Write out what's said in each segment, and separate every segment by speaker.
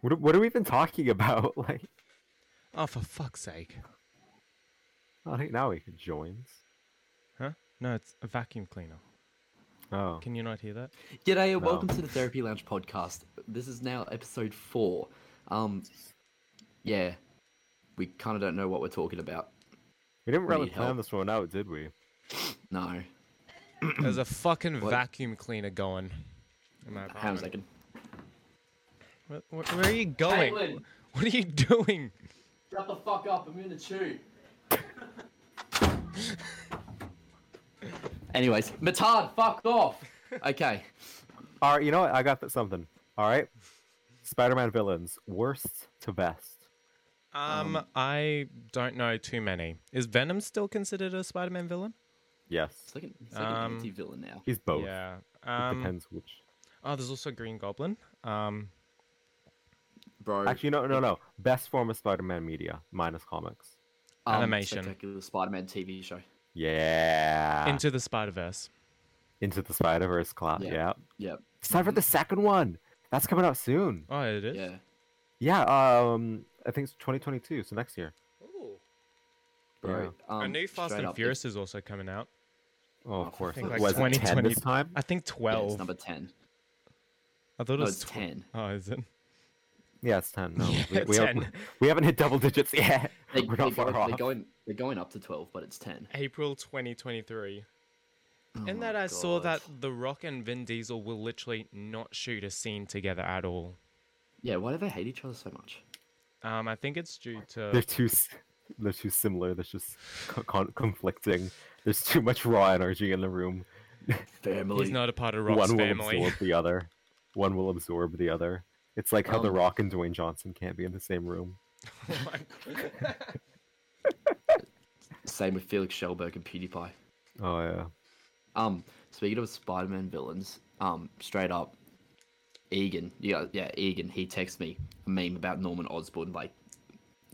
Speaker 1: What what are we even talking about? Like,
Speaker 2: Oh, for fuck's sake.
Speaker 1: I think now we could joins.
Speaker 2: Huh? No, it's a vacuum cleaner.
Speaker 1: Oh,
Speaker 2: Can you not hear that?
Speaker 3: G'day and welcome to the Therapy Lounge podcast. This is now episode four. Um, yeah, we kind of don't know what we're talking about.
Speaker 1: we didn't
Speaker 3: we
Speaker 1: really
Speaker 3: need
Speaker 1: plan
Speaker 3: help.
Speaker 1: this one out, did we?
Speaker 3: No,
Speaker 2: There's a fucking
Speaker 3: What?
Speaker 2: vacuum cleaner going. in my
Speaker 3: hang on a
Speaker 2: apartment.
Speaker 3: second.
Speaker 2: Where, where, where are you going? What are you doing?
Speaker 3: shut the fuck up! I'm gonna chew. Anyways, Matard, fuck off. Okay,
Speaker 1: All right, you know what? I got th- something. All right, Spider-Man villains, worst to best.
Speaker 2: Um, I don't know too many. Is Venom still considered a Spider-Man villain?
Speaker 1: Yes,
Speaker 3: it's like an, it's like
Speaker 2: Um,
Speaker 3: an anti-villain now.
Speaker 1: he's both.
Speaker 2: Yeah.
Speaker 1: It
Speaker 2: Um,
Speaker 1: depends which.
Speaker 2: oh, there's also Green Goblin. Um,
Speaker 3: Bro,
Speaker 1: Actually, no, no, no. Best form of Spider-Man media minus comics.
Speaker 3: um,
Speaker 2: animation.
Speaker 3: Spectacular Spider-Man TV show. Ah.
Speaker 1: Yeah. Into,
Speaker 2: Into the Spider-Verse.
Speaker 1: the Spider Verse class. Yeah.
Speaker 3: Yeah. Yep.
Speaker 1: It's time for the second one. That's coming out soon.
Speaker 2: Oh, it is?
Speaker 3: Yeah.
Speaker 1: Yeah. Um, I think it's 2022, so next year.
Speaker 3: Bro,
Speaker 1: Yeah.
Speaker 3: um,
Speaker 2: a new Fast
Speaker 3: straight
Speaker 2: and
Speaker 3: up,
Speaker 2: Furious is also coming out.
Speaker 1: Oh,
Speaker 3: I
Speaker 1: of course.
Speaker 2: think
Speaker 1: It
Speaker 2: like
Speaker 1: was it 10
Speaker 2: 2020
Speaker 1: this time.
Speaker 2: I think
Speaker 3: yeah,
Speaker 2: 12.
Speaker 3: it's number ten.
Speaker 2: I thought it
Speaker 3: No,
Speaker 2: was
Speaker 3: it's
Speaker 2: tw-
Speaker 3: ten.
Speaker 2: Oh, is it?
Speaker 1: Yeah, it's 10. No,
Speaker 2: Yeah,
Speaker 1: we, we, Haven't,
Speaker 2: 10.
Speaker 1: we haven't hit double digits yet.
Speaker 3: They,
Speaker 1: We're
Speaker 3: they're,
Speaker 1: not far
Speaker 3: going,
Speaker 1: off.
Speaker 3: they're going. They're going up to twelve, but it's ten.
Speaker 2: April 2023.
Speaker 3: Oh
Speaker 2: In that
Speaker 3: my
Speaker 2: I saw
Speaker 3: God.
Speaker 2: that The Rock and Vin Diesel will literally not shoot a scene together at all.
Speaker 3: Yeah, why do they hate each other so much?
Speaker 2: Um, I think it's due
Speaker 1: They're
Speaker 2: to
Speaker 1: too. s- They're too similar. There's just con- con- conflicting. There's too much raw energy in the room.
Speaker 3: Family.
Speaker 2: he's not a part of Rock's
Speaker 1: One will
Speaker 2: family.
Speaker 1: absorb the other. One will absorb the other. It's like how The
Speaker 3: Um,
Speaker 1: Rock and Dwayne Johnson can't be in the same room.
Speaker 3: Same with Felix Schellberg and PewDiePie.
Speaker 1: Oh yeah.
Speaker 3: Um, speaking of Spider-Man villains, um, straight up, Egan. Yeah, yeah, Egan. He texts me a meme about Norman Osborn like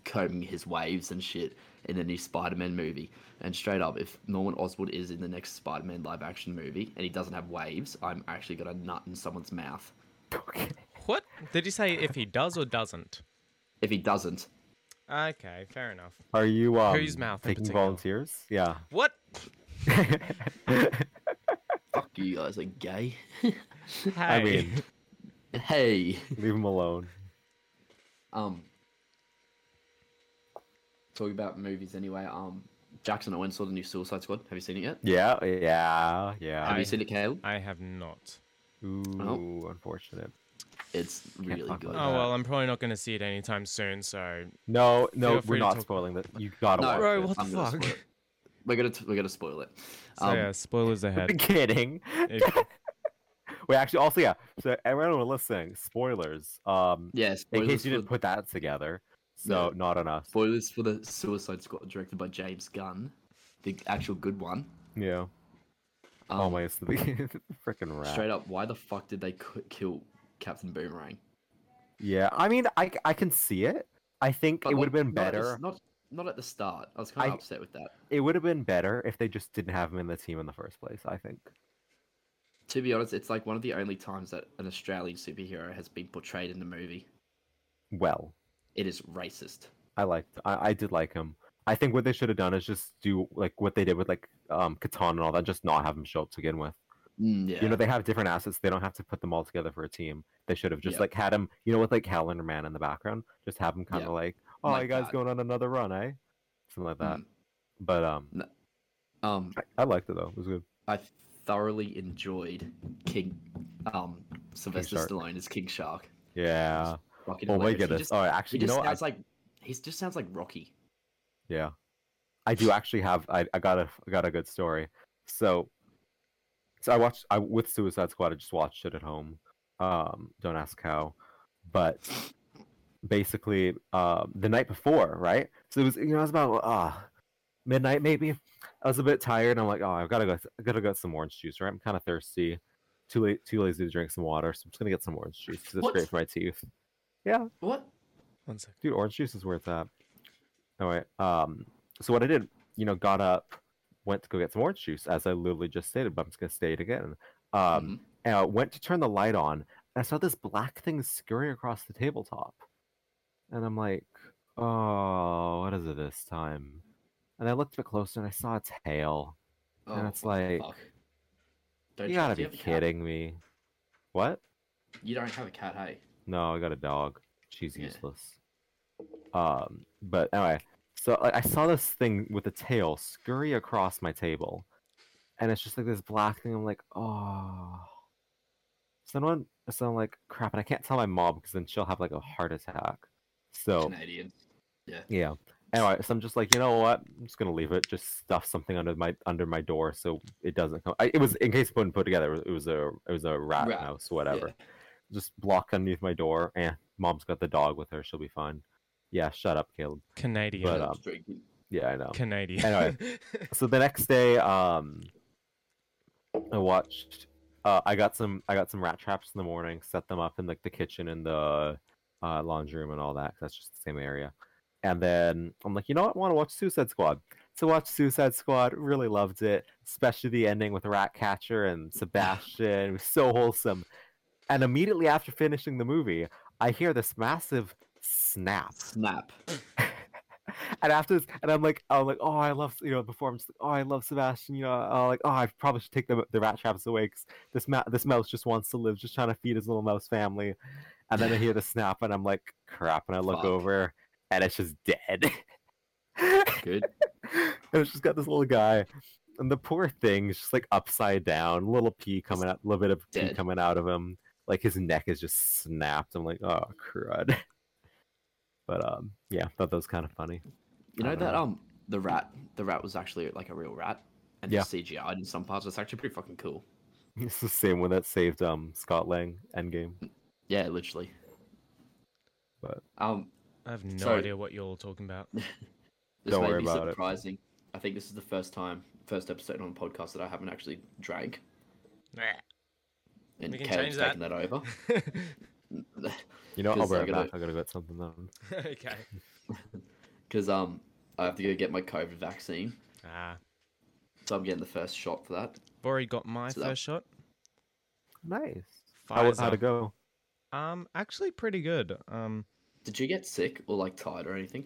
Speaker 3: combing his waves and shit in the new Spider-Man movie. And straight up, if Norman Osborn is in the next Spider-Man live-action movie and he doesn't have waves, I'm actually gonna nut in someone's mouth.
Speaker 1: Okay.
Speaker 2: what did you say? If he does or doesn't?
Speaker 3: If he doesn't,
Speaker 2: Okay, fair enough.
Speaker 1: Are you um,
Speaker 2: Whose mouth in
Speaker 1: taking
Speaker 2: particular?
Speaker 1: volunteers? Yeah.
Speaker 2: What?
Speaker 3: fuck you guys are gay.
Speaker 2: Hey.
Speaker 1: I mean,
Speaker 3: hey.
Speaker 1: leave them alone.
Speaker 3: Um, talking about movies anyway. Um, Jackson Owen saw the new Suicide Squad. Have you seen it yet?
Speaker 1: Yeah, yeah, yeah.
Speaker 3: Have
Speaker 2: I-
Speaker 3: you seen it, Caleb?
Speaker 2: I have not.
Speaker 1: Ooh, unfortunate.
Speaker 3: It's really
Speaker 1: fuck
Speaker 3: good.
Speaker 1: with
Speaker 2: Oh
Speaker 1: that.
Speaker 2: well, I'm probably not going to see it anytime soon. So,
Speaker 1: No, no,
Speaker 2: Feel free
Speaker 1: we're
Speaker 2: to
Speaker 1: not
Speaker 2: talk-
Speaker 1: spoiling that. You gotta
Speaker 3: No.
Speaker 1: watch
Speaker 2: bro,
Speaker 1: it.
Speaker 2: what the
Speaker 3: I'm gonna
Speaker 2: fuck?
Speaker 3: spoil it. We're gonna t- we're gonna spoil it.
Speaker 2: So
Speaker 3: Um,
Speaker 2: yeah, spoilers
Speaker 1: I'm
Speaker 2: ahead.
Speaker 1: kidding.
Speaker 2: If-
Speaker 1: Wait, actually, also yeah. So everyone listening, spoilers. Um,
Speaker 3: yeah,
Speaker 1: in
Speaker 3: spoilers
Speaker 1: case
Speaker 3: for,
Speaker 1: you didn't put that together, so
Speaker 3: Yeah.
Speaker 1: not on us.
Speaker 3: spoilers for the Suicide Squad, directed by James Gunn, the actual good one.
Speaker 1: Yeah.
Speaker 3: Um,
Speaker 1: oh my, it's the freaking rat.
Speaker 3: Straight up, why the fuck did they c- kill Captain Boomerang?
Speaker 1: Yeah, I mean, I I can see it. I think it
Speaker 3: like,
Speaker 1: would have been
Speaker 3: not at the s-
Speaker 1: better.
Speaker 3: Not not at the start. I was kind
Speaker 1: I-
Speaker 3: of upset with that.
Speaker 1: It would have been better if they just didn't have him in the team in the first place. I think.
Speaker 3: To be honest, it's like one of the only times that an Australian superhero has been portrayed in the movie.
Speaker 1: Well,
Speaker 3: It is racist.
Speaker 1: I liked. I, I did like him. I think what they should have done is just do like what they did with like um Catan and all that. Just not have him show up to begin with.
Speaker 3: Mm, yeah.
Speaker 1: You know, they have different assets. They don't have to put them all together for a team. They should have just
Speaker 3: Yep.
Speaker 1: like had him. You know, with like Calendar Man in the background, just have him kind of
Speaker 3: Yeah.
Speaker 1: like, oh,
Speaker 3: Like
Speaker 1: you guys
Speaker 3: that.
Speaker 1: going on another run, eh? Something like that.
Speaker 3: Mm.
Speaker 1: But um,
Speaker 3: um,
Speaker 1: I, I liked it though. It was good.
Speaker 3: I thoroughly enjoyed King, um, Sylvester
Speaker 1: Shark.
Speaker 3: Stallone as King Shark.
Speaker 1: Yeah.
Speaker 3: Fucking
Speaker 1: Oh my
Speaker 3: hilarious. He
Speaker 1: goodness.
Speaker 3: just-
Speaker 1: All right,
Speaker 3: He
Speaker 1: actually, you
Speaker 3: just
Speaker 1: know, what? I
Speaker 3: sounds like he just sounds like Rocky.
Speaker 1: Yeah, I do actually have. I, I got a I got a good story. So, so I watched. I with Suicide Squad. I just watched it at home. Um, don't ask how, but basically, um, the night before, right? So it was. You know, I was about ah midnight maybe. I was a bit tired. I'm like, oh, I've got to go. I gotta get some orange juice. Right? I'm kind of thirsty. Too late. Too lazy to drink some water. So I'm just gonna get some orange juice. 'cause It's
Speaker 3: What?
Speaker 1: great for my teeth.
Speaker 3: What?
Speaker 2: One sec.
Speaker 1: dude, orange juice is worth that. All right. Um. So what I did, you know, got up, went to go get some orange juice, as I literally just stated, but I'm just gonna state it again. Um.
Speaker 3: Mhm.
Speaker 1: And I went to turn the light on, I saw this black thing scurrying across the tabletop. And I'm like, oh, what is it this time? And I looked a bit closer and I saw a tail.
Speaker 3: Oh,
Speaker 1: and it's
Speaker 3: what the
Speaker 1: like,
Speaker 3: fuck. Don't
Speaker 1: you gotta
Speaker 3: do
Speaker 1: be
Speaker 3: have a cat?
Speaker 1: kidding me. What?
Speaker 3: You don't have a cat, hey?
Speaker 1: No, I got a dog. She's
Speaker 3: Yeah.
Speaker 1: useless. Um, but anyway, so I, I saw this thing with a tail scurry across my table, and it's just like this black thing. I'm like, oh. Someone, so I'm like, crap, and I can't tell my mom because then she'll have like a heart attack. So
Speaker 3: Canadian.
Speaker 1: yeah. Anyway, so I'm just like, you know what? I'm just gonna leave it. Just stuff something under my under my door so it doesn't come. I, it was in case it wasn't put together. It was a it was a rat,
Speaker 3: Rat,
Speaker 1: mouse, whatever. Just block underneath my door. Eh, mom's got the dog with her. She'll be fine. Yeah, shut up, Caleb.
Speaker 2: Canadian.
Speaker 1: But,
Speaker 3: Yeah,
Speaker 1: um,
Speaker 3: drinking.
Speaker 1: Yeah, I know.
Speaker 2: Canadian.
Speaker 1: anyway. so the next day, um, I watched. Uh, I got some. I got some rat traps in the morning. Set them up in like the kitchen and the uh, laundry room and all that. 'cause that's just the same area. And then I'm like, you know what? I want to watch Suicide Squad. So watch Suicide Squad. Really loved it, especially the ending with Ratcatcher and Sebastian. It was so wholesome. And immediately after finishing the movie, I hear this massive snap
Speaker 3: Snap.
Speaker 1: and after this, and I'm like, I'm like, oh, I love, you know, before I'm just like, oh, I love Sebastian, you know, uh, like, oh, I probably should take the, the rat traps away because this ma- this mouse just wants to live, just trying to feed his little mouse family. And then I hear the snap, and I'm like, crap, and I look
Speaker 3: Fuck.
Speaker 1: over, and it's just dead. and
Speaker 3: Good.
Speaker 1: it's just got this little guy, and the poor thing is just like upside down, little pee coming out, little bit of pee
Speaker 3: dead.
Speaker 1: coming out of him. Like his neck is just snapped. I'm like, oh crud. But um, yeah, thought that was kind of funny.
Speaker 3: You
Speaker 1: I
Speaker 3: know
Speaker 1: don't
Speaker 3: that
Speaker 1: know.
Speaker 3: um the rat the rat was actually like a real rat and
Speaker 1: Yeah.
Speaker 3: it's CGI in some parts. It's actually pretty fucking cool.
Speaker 1: It's the same one that saved um Scott Lang Endgame.
Speaker 3: Yeah, literally.
Speaker 1: But-
Speaker 3: um,
Speaker 2: I have no
Speaker 3: So-
Speaker 2: idea what you're all talking about.
Speaker 3: this
Speaker 1: Don't
Speaker 3: may
Speaker 1: worry
Speaker 3: be
Speaker 1: about it.
Speaker 3: surprising. I think this is the first time, first episode on a podcast that I haven't actually drank, and
Speaker 2: We can
Speaker 3: Caleb's
Speaker 2: change
Speaker 3: taken that over.
Speaker 1: You know, I'll
Speaker 3: 'Cause
Speaker 1: be
Speaker 3: I
Speaker 1: right
Speaker 3: gotta-
Speaker 1: back. I gotta get something done.
Speaker 2: okay.
Speaker 3: Because um, I have to go get my COVID vaccine,
Speaker 2: Ah,
Speaker 3: so I'm getting the first shot for that.
Speaker 2: Bori got my
Speaker 3: So that-
Speaker 2: first shot.
Speaker 1: Nice. How how'd
Speaker 2: Pfizer.
Speaker 1: it go?
Speaker 2: Um, actually pretty good. Um,
Speaker 3: Did you get sick or like tired or anything?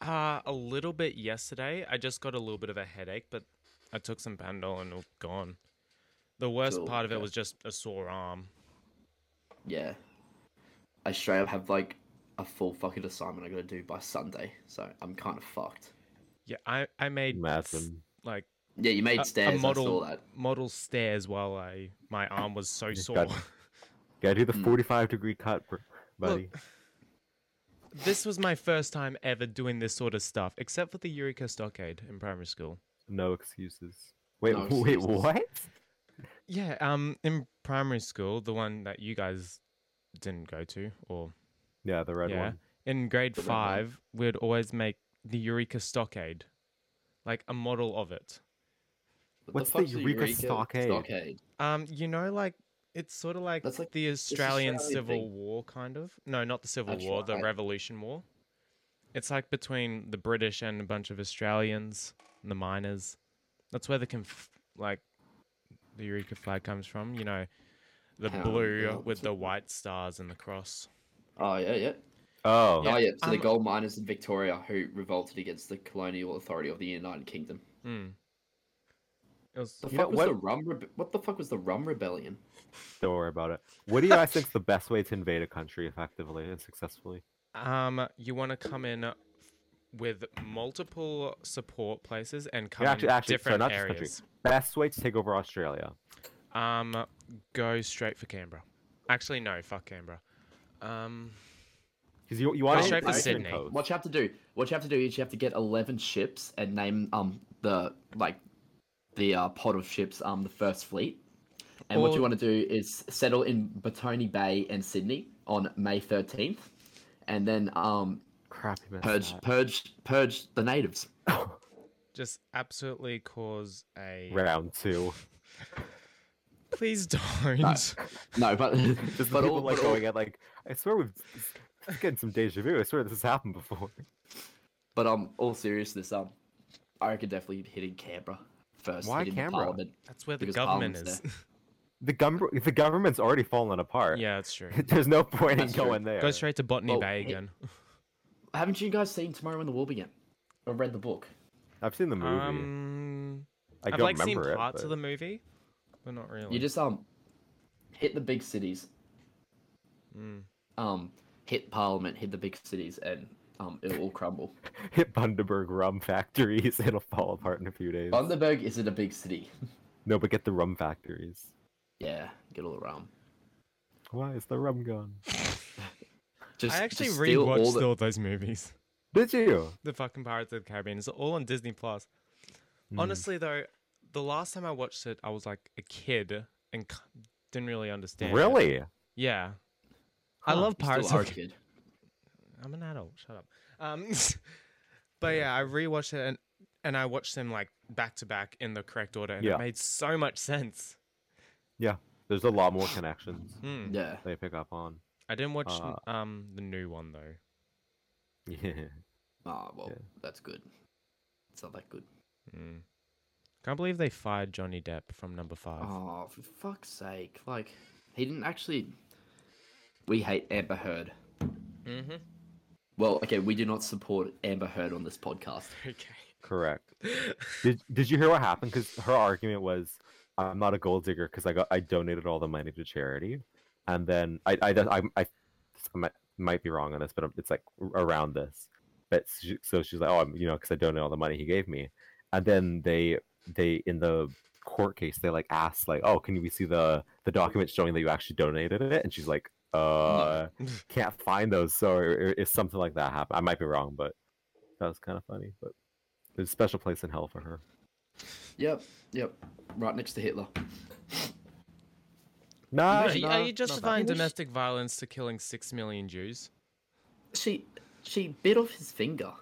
Speaker 2: uh, a little bit yesterday. I just got a little bit of a headache, but I took some Panadol and it was gone. The worst
Speaker 3: Cool,
Speaker 2: part of it
Speaker 3: okay.
Speaker 2: was just a sore arm.
Speaker 3: Yeah. I straight up have like a full fucking assignment I gotta do by Sunday, so I'm kind of fucked.
Speaker 2: Yeah, I I made s-
Speaker 1: Madsen.
Speaker 2: like
Speaker 3: Yeah, you made
Speaker 2: a, a
Speaker 3: stairs.
Speaker 2: model
Speaker 3: I saw that.
Speaker 2: model stairs while I my arm was so
Speaker 1: Just
Speaker 2: sore.
Speaker 1: got- Gotta do the
Speaker 3: Mm.
Speaker 1: 45 degree cut, br- buddy.
Speaker 2: Hmm. Look, this was my first time ever doing this sort of stuff, except for the Eureka Stockade in primary school.
Speaker 1: No excuses. Wait,
Speaker 3: No
Speaker 1: wait,
Speaker 3: excuses.
Speaker 1: what?
Speaker 2: Yeah, um, in primary school, the one that you guys didn't go to, or
Speaker 1: Yeah, the red
Speaker 2: Yeah.
Speaker 1: one.
Speaker 2: in grade
Speaker 3: The red one.
Speaker 2: five, we'd always make the Eureka Stockade, like a model of it.
Speaker 3: What
Speaker 1: What's the
Speaker 3: fuck's a
Speaker 1: Eureka Stockade?
Speaker 3: Stockade?
Speaker 2: Um, you know, like it's sort of like,
Speaker 3: That's like-
Speaker 2: the Australian
Speaker 3: Australian
Speaker 2: Civil
Speaker 3: thing.
Speaker 2: War, kind of. No, not the Civil
Speaker 3: That's
Speaker 2: War, the
Speaker 3: right.
Speaker 2: Revolution War. It's like between the British and a bunch of Australians and the miners. That's where the conf- like the Eureka flag comes from. You know, the
Speaker 3: Hang on,
Speaker 2: blue
Speaker 3: yeah,
Speaker 2: with
Speaker 3: what's
Speaker 2: the
Speaker 3: it-
Speaker 2: white stars and the cross.
Speaker 3: Oh yeah, yeah.
Speaker 1: Oh,
Speaker 2: Yeah.
Speaker 3: Oh yeah. So the
Speaker 2: Um,
Speaker 3: gold miners in Victoria who revolted against the colonial authority of the United Kingdom.
Speaker 2: Mm. It was
Speaker 3: The
Speaker 1: You know,
Speaker 3: fuck was
Speaker 1: what-
Speaker 3: the rum? Rebe- what the fuck was the rum rebellion?
Speaker 1: don't worry about it. What do you guys think's the best way to invade a country effectively and successfully?
Speaker 2: Um, you want to come in f- with multiple support places and come
Speaker 1: actually-
Speaker 2: in
Speaker 1: actually, sorry,
Speaker 2: different
Speaker 1: not just country.
Speaker 2: areas.
Speaker 1: Best way to take over Australia.
Speaker 2: Um, go straight for Canberra. Actually, no, fuck Canberra. Um,
Speaker 1: Because you, you want
Speaker 2: straight
Speaker 1: to
Speaker 2: for Sydney.
Speaker 3: What you have to do? What you have to do is you have to get eleven ships and name um the like the uh, pod of ships um the first fleet. And what you
Speaker 2: Or-
Speaker 3: want to do is settle in Batoni Bay and Sydney on May thirteenth, and then um
Speaker 1: Crap, you missed
Speaker 3: purge
Speaker 1: that.
Speaker 3: purge purge the natives.
Speaker 2: just absolutely cause a.
Speaker 1: Round two.
Speaker 2: Please don't.
Speaker 3: No, but
Speaker 1: Just the
Speaker 3: but
Speaker 1: people
Speaker 3: all,
Speaker 1: like
Speaker 3: but all-
Speaker 1: going at like, I swear we've it's getting some deja vu. I swear this has happened before.
Speaker 3: But um, all seriousness, um, I reckon definitely hitting Canberra first.
Speaker 1: Why
Speaker 3: hitting the
Speaker 1: Canberra?
Speaker 3: Parliament.
Speaker 2: That's where the
Speaker 3: Because
Speaker 2: government
Speaker 3: Parliament's
Speaker 2: is.
Speaker 1: The gov- the government's already fallen apart.
Speaker 2: Yeah, that's true.
Speaker 1: There's no point in
Speaker 3: That's true.
Speaker 1: going there.
Speaker 2: Go straight to Botany
Speaker 3: Well,
Speaker 2: Bay
Speaker 3: hey,
Speaker 2: again.
Speaker 3: Haven't you guys seen Tomorrow in the War Began? Or read the book?
Speaker 1: I've seen the movie.
Speaker 2: Um,
Speaker 1: I
Speaker 2: I've
Speaker 1: don't
Speaker 2: like seen
Speaker 1: remember it.
Speaker 2: parts of
Speaker 1: but-
Speaker 2: the movie, but not really.
Speaker 3: You just um hit the big cities,
Speaker 2: Mm.
Speaker 3: um hit Parliament, hit the big cities, and um it'll all crumble.
Speaker 1: Hit Bundaberg rum factories. It'll fall apart in a few days.
Speaker 3: Bundaberg isn't a big city.
Speaker 1: no, but get the rum factories.
Speaker 3: yeah, get all around.
Speaker 1: Why is the rum gone?
Speaker 3: Just
Speaker 2: I actually
Speaker 3: just steal
Speaker 2: rewatched all,
Speaker 3: all the,
Speaker 2: those movies.
Speaker 1: Did you?
Speaker 2: The fucking Pirates of the Caribbean. It's all on Disney Plus.
Speaker 1: Hmm.
Speaker 2: Honestly, though, the last time I watched it, I was like a kid and c- didn't really understand. it.
Speaker 1: Really?
Speaker 2: Yeah. I love
Speaker 3: Huh, you
Speaker 2: Pirates
Speaker 3: still are
Speaker 2: of
Speaker 3: a kid.
Speaker 2: I'm an adult. Shut up. Um, but yeah, I rewatched it and and I watched them like back to back in the correct order, and
Speaker 1: Yeah.
Speaker 2: it made so much sense.
Speaker 1: There's a lot more connections
Speaker 2: Mm.
Speaker 3: Yeah.
Speaker 1: they pick up on.
Speaker 2: I didn't watch n-
Speaker 1: Uh,
Speaker 2: um the new one though.
Speaker 1: Yeah.
Speaker 3: Ah, well,
Speaker 1: Yeah.
Speaker 3: that's good. It's not that good.
Speaker 2: Mm. Can't believe they fired Johnny Depp from Number Five.
Speaker 3: Oh, for fuck's sake. Like, he didn't actually. We hate Amber Heard.
Speaker 2: Mm-hmm.
Speaker 3: Well, okay, we do not support Amber Heard on this podcast.
Speaker 2: Okay.
Speaker 1: Correct. Did Did you hear what happened? Because her argument was, "I'm not a gold digger because I got I donated all the money to charity," and then I I I, I, I might, might be wrong on this, but it's like around this. But she, so she's like, "Oh, I'm, you know, because I donated all the money he gave me," and then they they in the court case they like asked like, "Oh, can we see the the documents showing that you actually donated it?" And she's like, "Uh, can't find those." So if something like that happened, I might be wrong, but that was kind of funny, but. There's a special place in hell for her.
Speaker 3: Yep, yep. Right next to Hitler.
Speaker 1: No,
Speaker 2: Are, you- are you justifying
Speaker 3: bad.
Speaker 2: domestic violence to killing six million Jews?
Speaker 3: She she bit off his finger.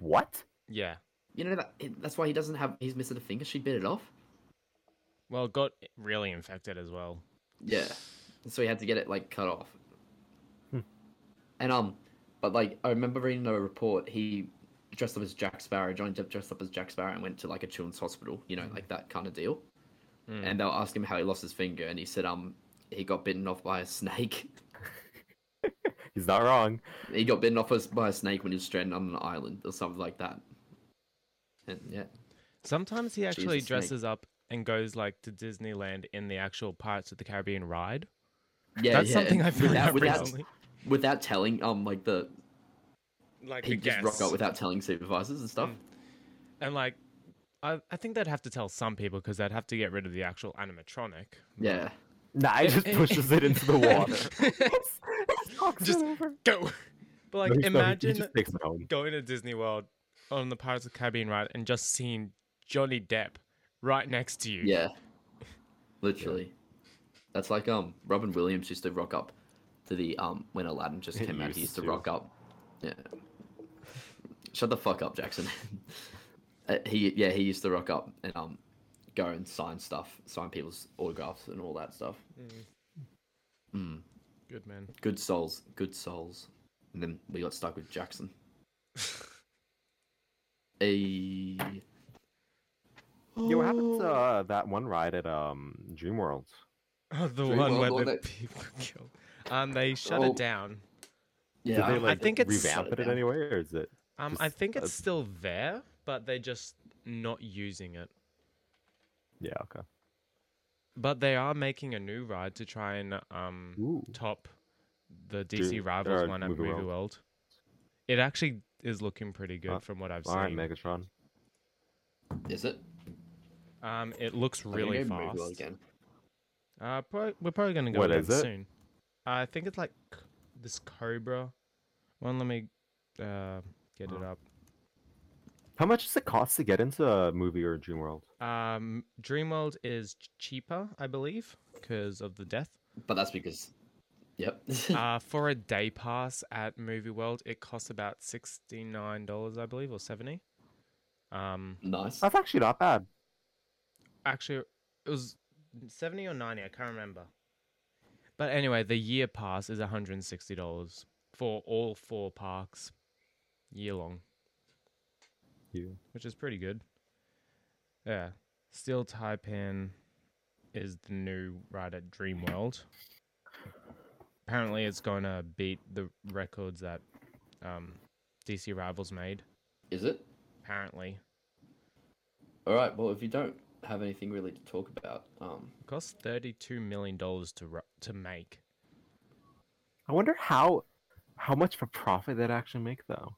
Speaker 1: what?
Speaker 2: Yeah.
Speaker 3: You know that that's why he doesn't have he's missing a finger. She bit it off.
Speaker 2: Well, it got really infected as well.
Speaker 3: Yeah. So he had to get it like cut off.
Speaker 2: Hmm.
Speaker 3: And um, but like I remember reading a report. He dressed up as Jack Sparrow. Johnny Depp dressed up as Jack Sparrow and went to like a children's hospital. You know,
Speaker 2: Hmm.
Speaker 3: like that kind of deal. And they'll ask him how he lost his finger, and he said um he got bitten off by a snake.
Speaker 1: He's not wrong.
Speaker 3: he got bitten off us by a snake when he was stranded on an island or something like that. And yeah,
Speaker 2: Sometimes he actually
Speaker 3: Jesus, mate.
Speaker 2: dresses up and goes like to Disneyland in the actual Pirates of the Caribbean ride.
Speaker 3: yeah,
Speaker 2: That's
Speaker 3: yeah,
Speaker 2: something
Speaker 3: and
Speaker 2: I found out
Speaker 3: without,
Speaker 2: recently.
Speaker 3: without telling um like the
Speaker 2: Like
Speaker 3: he
Speaker 2: the
Speaker 3: just rock out without telling supervisors and stuff.
Speaker 2: and like I, I think they'd have to tell some people because they'd have to get rid of the actual animatronic.
Speaker 3: Yeah,
Speaker 1: Nah, he just pushes it into the water.
Speaker 2: Just go. But like
Speaker 1: No, he's- no, he-
Speaker 2: imagine
Speaker 1: he just takes it home.
Speaker 2: going to Disney World on the Pirates of the Caribbean ride and just seeing Johnny Depp right next to you.
Speaker 3: yeah, literally. That's like um Robin Williams used to rock up to the um when Aladdin just
Speaker 1: He
Speaker 3: came out.
Speaker 1: used
Speaker 3: He used to
Speaker 1: to.
Speaker 3: rock up. Yeah. Shut the fuck up, Jackson. Uh, he yeah he used to rock up and um go and sign stuff, sign people's autographs and all that stuff.
Speaker 2: Good man.
Speaker 3: Good souls, good souls. And then we got stuck with Jackson. A
Speaker 1: Yo, what happened to uh, that one ride at um Dream World?
Speaker 2: Oh, the
Speaker 3: Dream
Speaker 2: one
Speaker 3: World
Speaker 2: where
Speaker 3: on
Speaker 2: the
Speaker 3: it.
Speaker 2: people kill. Um, they shut
Speaker 3: Oh.
Speaker 2: it down.
Speaker 3: yeah,
Speaker 1: Did they
Speaker 3: I-
Speaker 1: like
Speaker 2: think it's-
Speaker 1: revamp it in any way, or is it?
Speaker 2: Um, I
Speaker 1: Just,
Speaker 2: think
Speaker 1: uh,
Speaker 2: it's still there, but they're just not using it.
Speaker 1: Yeah, okay.
Speaker 2: But they are making a new ride to try and um
Speaker 1: Ooh.
Speaker 2: top the DC
Speaker 1: Dude,
Speaker 2: Rivals
Speaker 1: uh,
Speaker 2: one at
Speaker 1: Movie
Speaker 2: Movie World.
Speaker 1: World.
Speaker 2: It actually is looking pretty good
Speaker 1: Uh,
Speaker 2: from what I've
Speaker 1: All right,
Speaker 2: seen.
Speaker 1: Megatron.
Speaker 3: is it
Speaker 2: um, it looks
Speaker 3: I think
Speaker 2: really
Speaker 3: they moved well
Speaker 2: fast.
Speaker 3: again?
Speaker 2: Uh, pro- we're probably gonna go
Speaker 1: What
Speaker 2: again
Speaker 1: is it?
Speaker 2: soon. Uh, I think it's like c- this Cobra one. Let me uh get it up.
Speaker 1: How much does it cost to get into a movie or Dream World?
Speaker 2: Um, Dreamworld is ch- cheaper, I believe, because of the death.
Speaker 3: But that's because, yep.
Speaker 2: uh, for a day pass at Movie World, it costs about sixty nine dollars, I believe, or seventy. Um,
Speaker 3: nice.
Speaker 1: That's actually not bad.
Speaker 2: actually, it was seventy or ninety. I can't remember. But anyway, the year pass is one hundred and sixty dollars for all four parks, year long,
Speaker 1: You
Speaker 2: which is pretty good. Yeah, Steel Taipan, is the new ride at Dreamworld. Apparently, it's going to beat the records that um, DC Rivals made.
Speaker 3: Is it?
Speaker 2: Apparently,
Speaker 3: All right. Well, if you don't have anything really to talk about, um,
Speaker 2: it costs thirty-two million dollars to ru- to make.
Speaker 1: I wonder how how much of a profit they'd actually make though.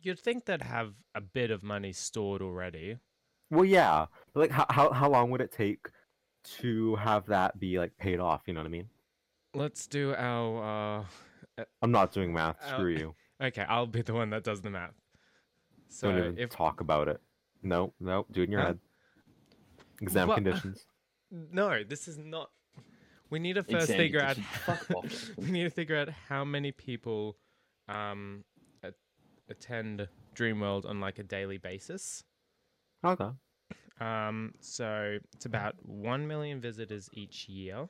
Speaker 2: You'd think they'd have a bit of money stored already.
Speaker 1: Well, yeah. but, Like, how how how long would it take to have that be like paid off? You know what I mean?
Speaker 2: Let's do our. Uh,
Speaker 1: I'm not doing math.
Speaker 2: Oh.
Speaker 1: Screw you.
Speaker 2: okay, I'll be the one that does the math. So
Speaker 1: Don't even
Speaker 2: if
Speaker 1: talk about it. No, no, do it in your
Speaker 2: Huh?
Speaker 1: head. Exam
Speaker 2: Well,
Speaker 1: conditions.
Speaker 2: No, this is not. We need to first
Speaker 3: Exam
Speaker 2: figure out.
Speaker 3: conditions. Fuck off.
Speaker 2: we need to figure out how many people um, a- attend Dreamworld on like a daily basis.
Speaker 1: Okay.
Speaker 2: Um, so it's about one million visitors each year.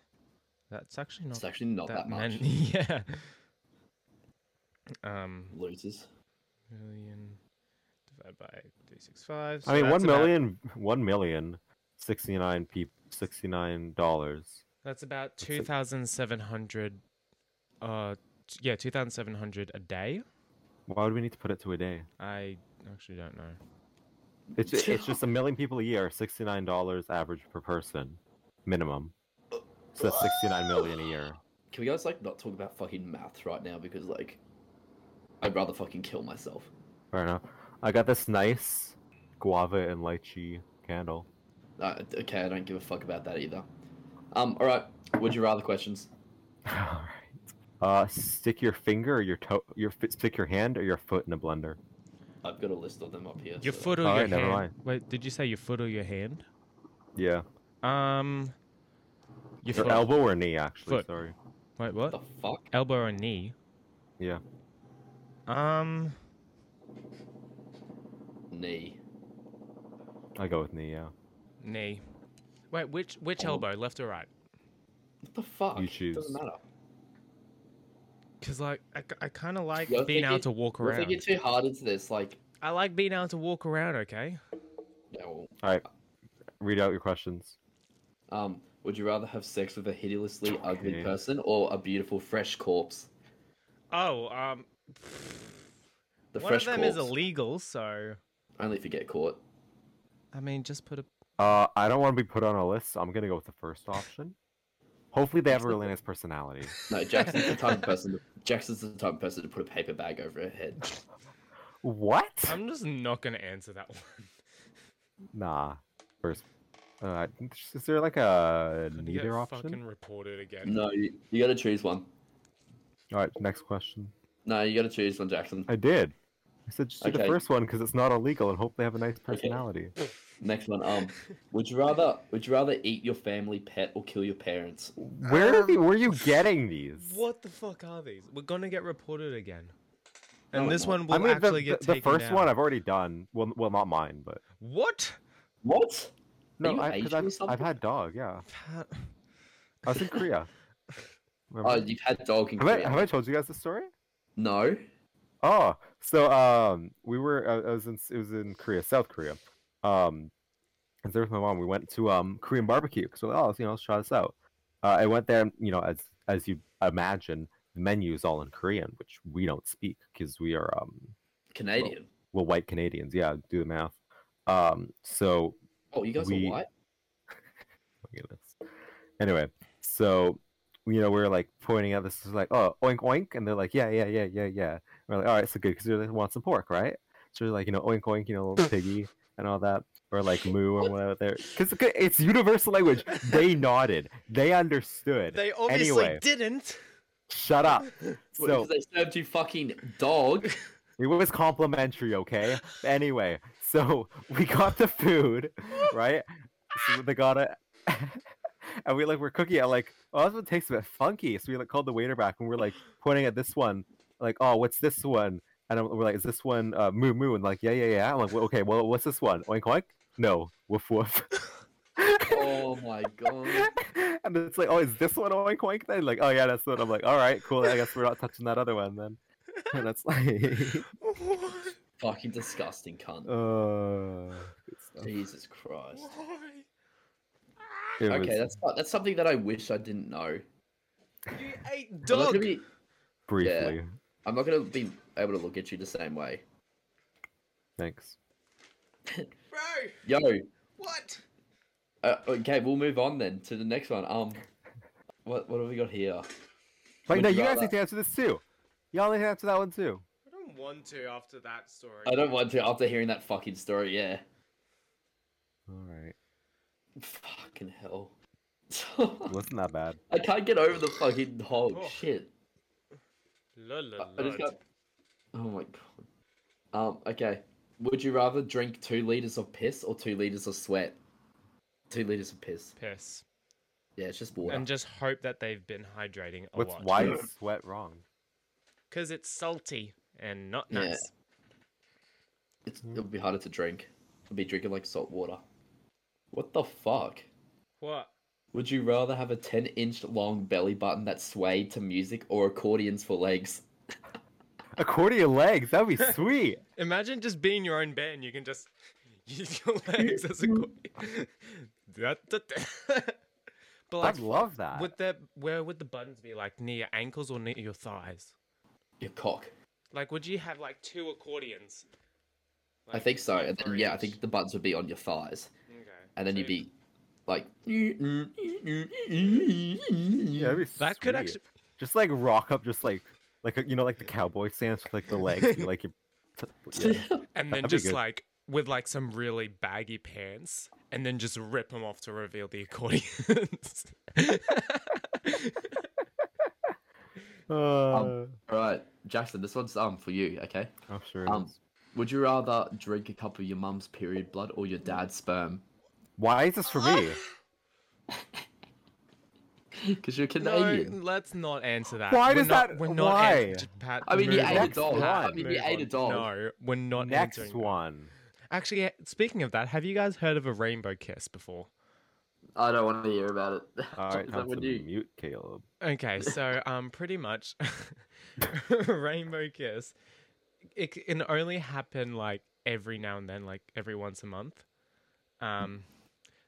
Speaker 2: That's actually not
Speaker 3: it's actually not that,
Speaker 2: that,
Speaker 3: much.
Speaker 2: many. Yeah. Um,
Speaker 3: Losers.
Speaker 2: million divided by three six five.
Speaker 1: I mean, one million, one million, sixty-nine peop, sixty-nine dollars.
Speaker 2: That's about
Speaker 1: That's like-
Speaker 2: 2,700 uh t- yeah, 2,700 a day.
Speaker 1: Why would we need to put it to a day?
Speaker 2: I actually don't know.
Speaker 1: It's ju- it's just a million people a year, sixty-nine dollars average per person, minimum. So that's sixty-nine million a year.
Speaker 3: Can we guys like not talk about fucking maths right now because like, I'd rather fucking kill myself.
Speaker 1: Fair enough. I got this nice guava and lychee candle.
Speaker 3: Uh, okay, I don't give a fuck about that either. Um, all right. Would you rather questions?
Speaker 1: All right. Uh, stick your finger or your toe, your fi- stick your hand or your foot in a blender.
Speaker 3: I've got a Oh, list of them up here.
Speaker 2: Your
Speaker 3: so-
Speaker 2: foot or your
Speaker 1: Alright,
Speaker 2: hand?
Speaker 1: never mind.
Speaker 2: Wait, did you say your foot or your hand?
Speaker 1: Yeah.
Speaker 2: Um your
Speaker 1: Or
Speaker 2: foot.
Speaker 1: elbow or knee, actually.
Speaker 2: Foot.
Speaker 1: Sorry.
Speaker 2: Wait,
Speaker 3: What
Speaker 2: what?
Speaker 3: the fuck?
Speaker 2: Elbow or knee?
Speaker 1: Yeah.
Speaker 2: Um
Speaker 3: Knee.
Speaker 1: I go with knee. Yeah.
Speaker 2: knee. Wait, which which
Speaker 3: Oh.
Speaker 2: elbow, left or right?
Speaker 3: What the fuck?
Speaker 1: You choose.
Speaker 3: Doesn't matter.
Speaker 2: Cuz like I, kind of like
Speaker 3: You're
Speaker 2: being able
Speaker 3: thinking-
Speaker 2: to walk
Speaker 3: Well,
Speaker 2: around.
Speaker 3: if they get too hard into this, like,
Speaker 2: I like being able to walk around, okay?
Speaker 3: yeah, well,
Speaker 1: Read out your questions.
Speaker 3: um, would you rather have sex with a hideously
Speaker 1: Okay.
Speaker 3: ugly person or a beautiful fresh corpse?
Speaker 2: Oh, um
Speaker 3: The
Speaker 2: one
Speaker 3: fresh
Speaker 2: of them is
Speaker 3: corpse.
Speaker 2: illegal, so
Speaker 3: Only if you get caught.
Speaker 2: I mean, just put a
Speaker 1: Uh, I don't want to be put on a list, so I'm gonna go with the first option. Hopefully, they have a really nice personality.
Speaker 3: No, Jackson's the type of person. To, Jackson's the type of person to put a paper bag over her head.
Speaker 1: What?
Speaker 2: I'm just not gonna answer that one.
Speaker 1: Nah. First. Uh, is there like a
Speaker 2: Couldn't get
Speaker 1: neither option?
Speaker 2: Fucking reported again.
Speaker 3: No, you, you got to choose one.
Speaker 1: All right. Next question.
Speaker 3: No, you got to choose one, Jackson.
Speaker 1: I did. I said just do the
Speaker 3: Okay.
Speaker 1: first one because it's not illegal, and hope they have a nice personality.
Speaker 3: Next one. Um, would you rather would you rather eat your family pet or kill your parents?
Speaker 1: Where are the, where are you getting these?
Speaker 2: What the fuck are these? We're gonna get reported again.
Speaker 3: No,
Speaker 2: And
Speaker 3: we're
Speaker 2: this
Speaker 3: not.
Speaker 2: one will
Speaker 1: I mean, the,
Speaker 2: actually
Speaker 1: the,
Speaker 2: get
Speaker 1: the
Speaker 2: taken
Speaker 1: first
Speaker 2: down.
Speaker 1: one I've already done. Well, well, not mine, but
Speaker 2: What?
Speaker 3: What?
Speaker 1: no,
Speaker 3: you
Speaker 1: I, 'cause
Speaker 3: Asian or
Speaker 1: I've, I've
Speaker 3: something?
Speaker 1: had dog. Yeah,
Speaker 2: Pa-
Speaker 1: I was in Korea.
Speaker 3: Oh,
Speaker 1: Remember?
Speaker 3: you've had dog and
Speaker 1: have I
Speaker 3: Korea.
Speaker 1: have I told you guys the story?
Speaker 3: No.
Speaker 1: Oh, so um, we were I, I was in it was in Korea, South Korea. Um, and there with my mom. We went to um Korean barbecue because we're like, oh, you know, let's try this out. Uh, I went there, and you know, as as you imagine, the menu is all in Korean, which we don't speak because we are um
Speaker 3: Canadian.
Speaker 1: well white Canadians. Yeah, do the math. Um, so
Speaker 3: Oh, you guys
Speaker 1: we-
Speaker 3: are white.
Speaker 1: Look at this. Anyway, so you know, we are like pointing out this is like, oh, oink oink, and they're like, yeah, yeah, yeah, yeah, yeah. And we're like, all right, so good because they like, want some pork, right? So we're like, you know, oink oink, you know, little piggy and all that, or like moo or whatever. There, because it's universal language. They nodded. They understood.
Speaker 2: They obviously
Speaker 1: Anyway.
Speaker 2: didn't.
Speaker 1: Shut up.
Speaker 3: Because
Speaker 1: So
Speaker 3: they served you fucking dog.
Speaker 1: it was complimentary, okay? Anyway, so we got the food, right? So they got it. and we like we're cooking it like, oh this one tastes a bit funky. So we like called the waiter back and we're like pointing at this one, like, oh what's this one? And I'm, we're like, is this one uh moo moo? And like, yeah, yeah, yeah. I'm like, well, okay, well what's this one? Oink oink? No. Woof woof.
Speaker 3: oh my god.
Speaker 1: and it's like, oh, is this one oink oink then? Like, oh yeah, that's the one. I'm like, all right, cool. I guess we're not touching that other one then. And that's like,
Speaker 2: Why?
Speaker 3: Fucking disgusting cunt.
Speaker 1: uh, good stuff.
Speaker 3: Jesus Christ.
Speaker 2: Why?
Speaker 1: It
Speaker 3: okay,
Speaker 1: was
Speaker 3: that's not- that's something that I wish I didn't know.
Speaker 2: You ate
Speaker 3: I'm not,
Speaker 2: dog.
Speaker 3: gonna be,
Speaker 1: briefly.
Speaker 3: I'm not gonna be able to look at you the same way.
Speaker 1: Thanks.
Speaker 2: Bro,
Speaker 3: Yo,
Speaker 2: what?
Speaker 3: uh, okay, we'll move on then to the next one. Um, what what have we got here?
Speaker 1: Wait,
Speaker 3: Would
Speaker 1: no,
Speaker 3: you
Speaker 1: you guys
Speaker 3: rather-
Speaker 1: need to answer this too. Y'all need to answer that one too.
Speaker 2: I don't want to after that story.
Speaker 3: I don't want to after hearing that fucking story. Yeah,
Speaker 1: All right,
Speaker 3: fucking hell.
Speaker 1: wasn't that bad.
Speaker 3: I can't get over the fucking hog.
Speaker 2: Oh.
Speaker 3: Shit.
Speaker 2: Lord,
Speaker 3: I,
Speaker 2: Lord,
Speaker 3: I just
Speaker 2: Lord.
Speaker 3: got. Oh my god. Um. Okay. Would you rather drink two liters of piss or two liters of sweat? Two liters of piss.
Speaker 2: piss
Speaker 3: Yeah, it's just water.
Speaker 2: and just hope that they've been hydrating a
Speaker 1: What's
Speaker 2: lot.
Speaker 1: why is sweat wrong?
Speaker 2: Because it's salty and not
Speaker 3: Yeah.
Speaker 2: nice.
Speaker 3: It's, it'll be harder to drink. I'll be drinking like salt water. What the fuck?
Speaker 2: What?
Speaker 3: Would you rather have a 10 inch long belly button that swayed to music or accordions for legs?
Speaker 1: Accordion legs, that'd be sweet.
Speaker 2: Imagine just being your own band. You can just use your legs as a. co- Da, da, da. but like,
Speaker 1: I'd love that.
Speaker 2: would the where would the buttons be? Like near your ankles or near your thighs?
Speaker 3: Your cock.
Speaker 2: Like, would you have like two accordions?
Speaker 3: I
Speaker 2: Like,
Speaker 3: think so. And
Speaker 2: for
Speaker 3: then, yeah, I
Speaker 2: each.
Speaker 3: think the buttons would be on your thighs.
Speaker 2: Okay.
Speaker 3: And then
Speaker 2: so
Speaker 3: you'd be like.
Speaker 1: yeah, that'd
Speaker 3: Yeah,
Speaker 1: be
Speaker 2: That could
Speaker 1: sweet.
Speaker 2: actually.
Speaker 1: just like rock up, just like like you know, like the cowboy stance with like the legs, be like your. yeah.
Speaker 2: And then
Speaker 1: That'd be
Speaker 2: just
Speaker 1: good.
Speaker 2: like with like some really baggy pants, and then just rip them off to reveal the accordions.
Speaker 3: Um,
Speaker 1: Uh,
Speaker 3: Alright, Jackson, this one's um for you, okay?
Speaker 1: oh, sure.
Speaker 3: um,
Speaker 1: is.
Speaker 3: Would you rather drink a cup of your mum's period blood or your dad's sperm?
Speaker 1: Why is this for me?
Speaker 3: Because you're
Speaker 2: no,
Speaker 3: Canadian.
Speaker 2: let's not answer that.
Speaker 1: Why
Speaker 2: we're
Speaker 1: does
Speaker 2: not,
Speaker 1: that-
Speaker 2: We're not
Speaker 1: why?
Speaker 2: answer- Pat,
Speaker 3: I mean, you
Speaker 2: move
Speaker 3: ate
Speaker 2: on.
Speaker 3: a dog.
Speaker 2: Pat,
Speaker 3: I mean, you
Speaker 2: move
Speaker 3: ate
Speaker 2: on.
Speaker 3: a dog.
Speaker 2: No, we're not
Speaker 1: Next
Speaker 2: answering that.
Speaker 1: one.
Speaker 2: Actually, speaking of that, have you guys heard of a rainbow kiss before?
Speaker 3: I don't want to hear about it.
Speaker 1: All right,
Speaker 3: Is
Speaker 1: time
Speaker 3: that
Speaker 1: to
Speaker 3: what you?
Speaker 1: mute Caleb.
Speaker 2: Okay, so um, pretty much, rainbow kiss, it c- can only happen like every now and then, like every once a month. Um,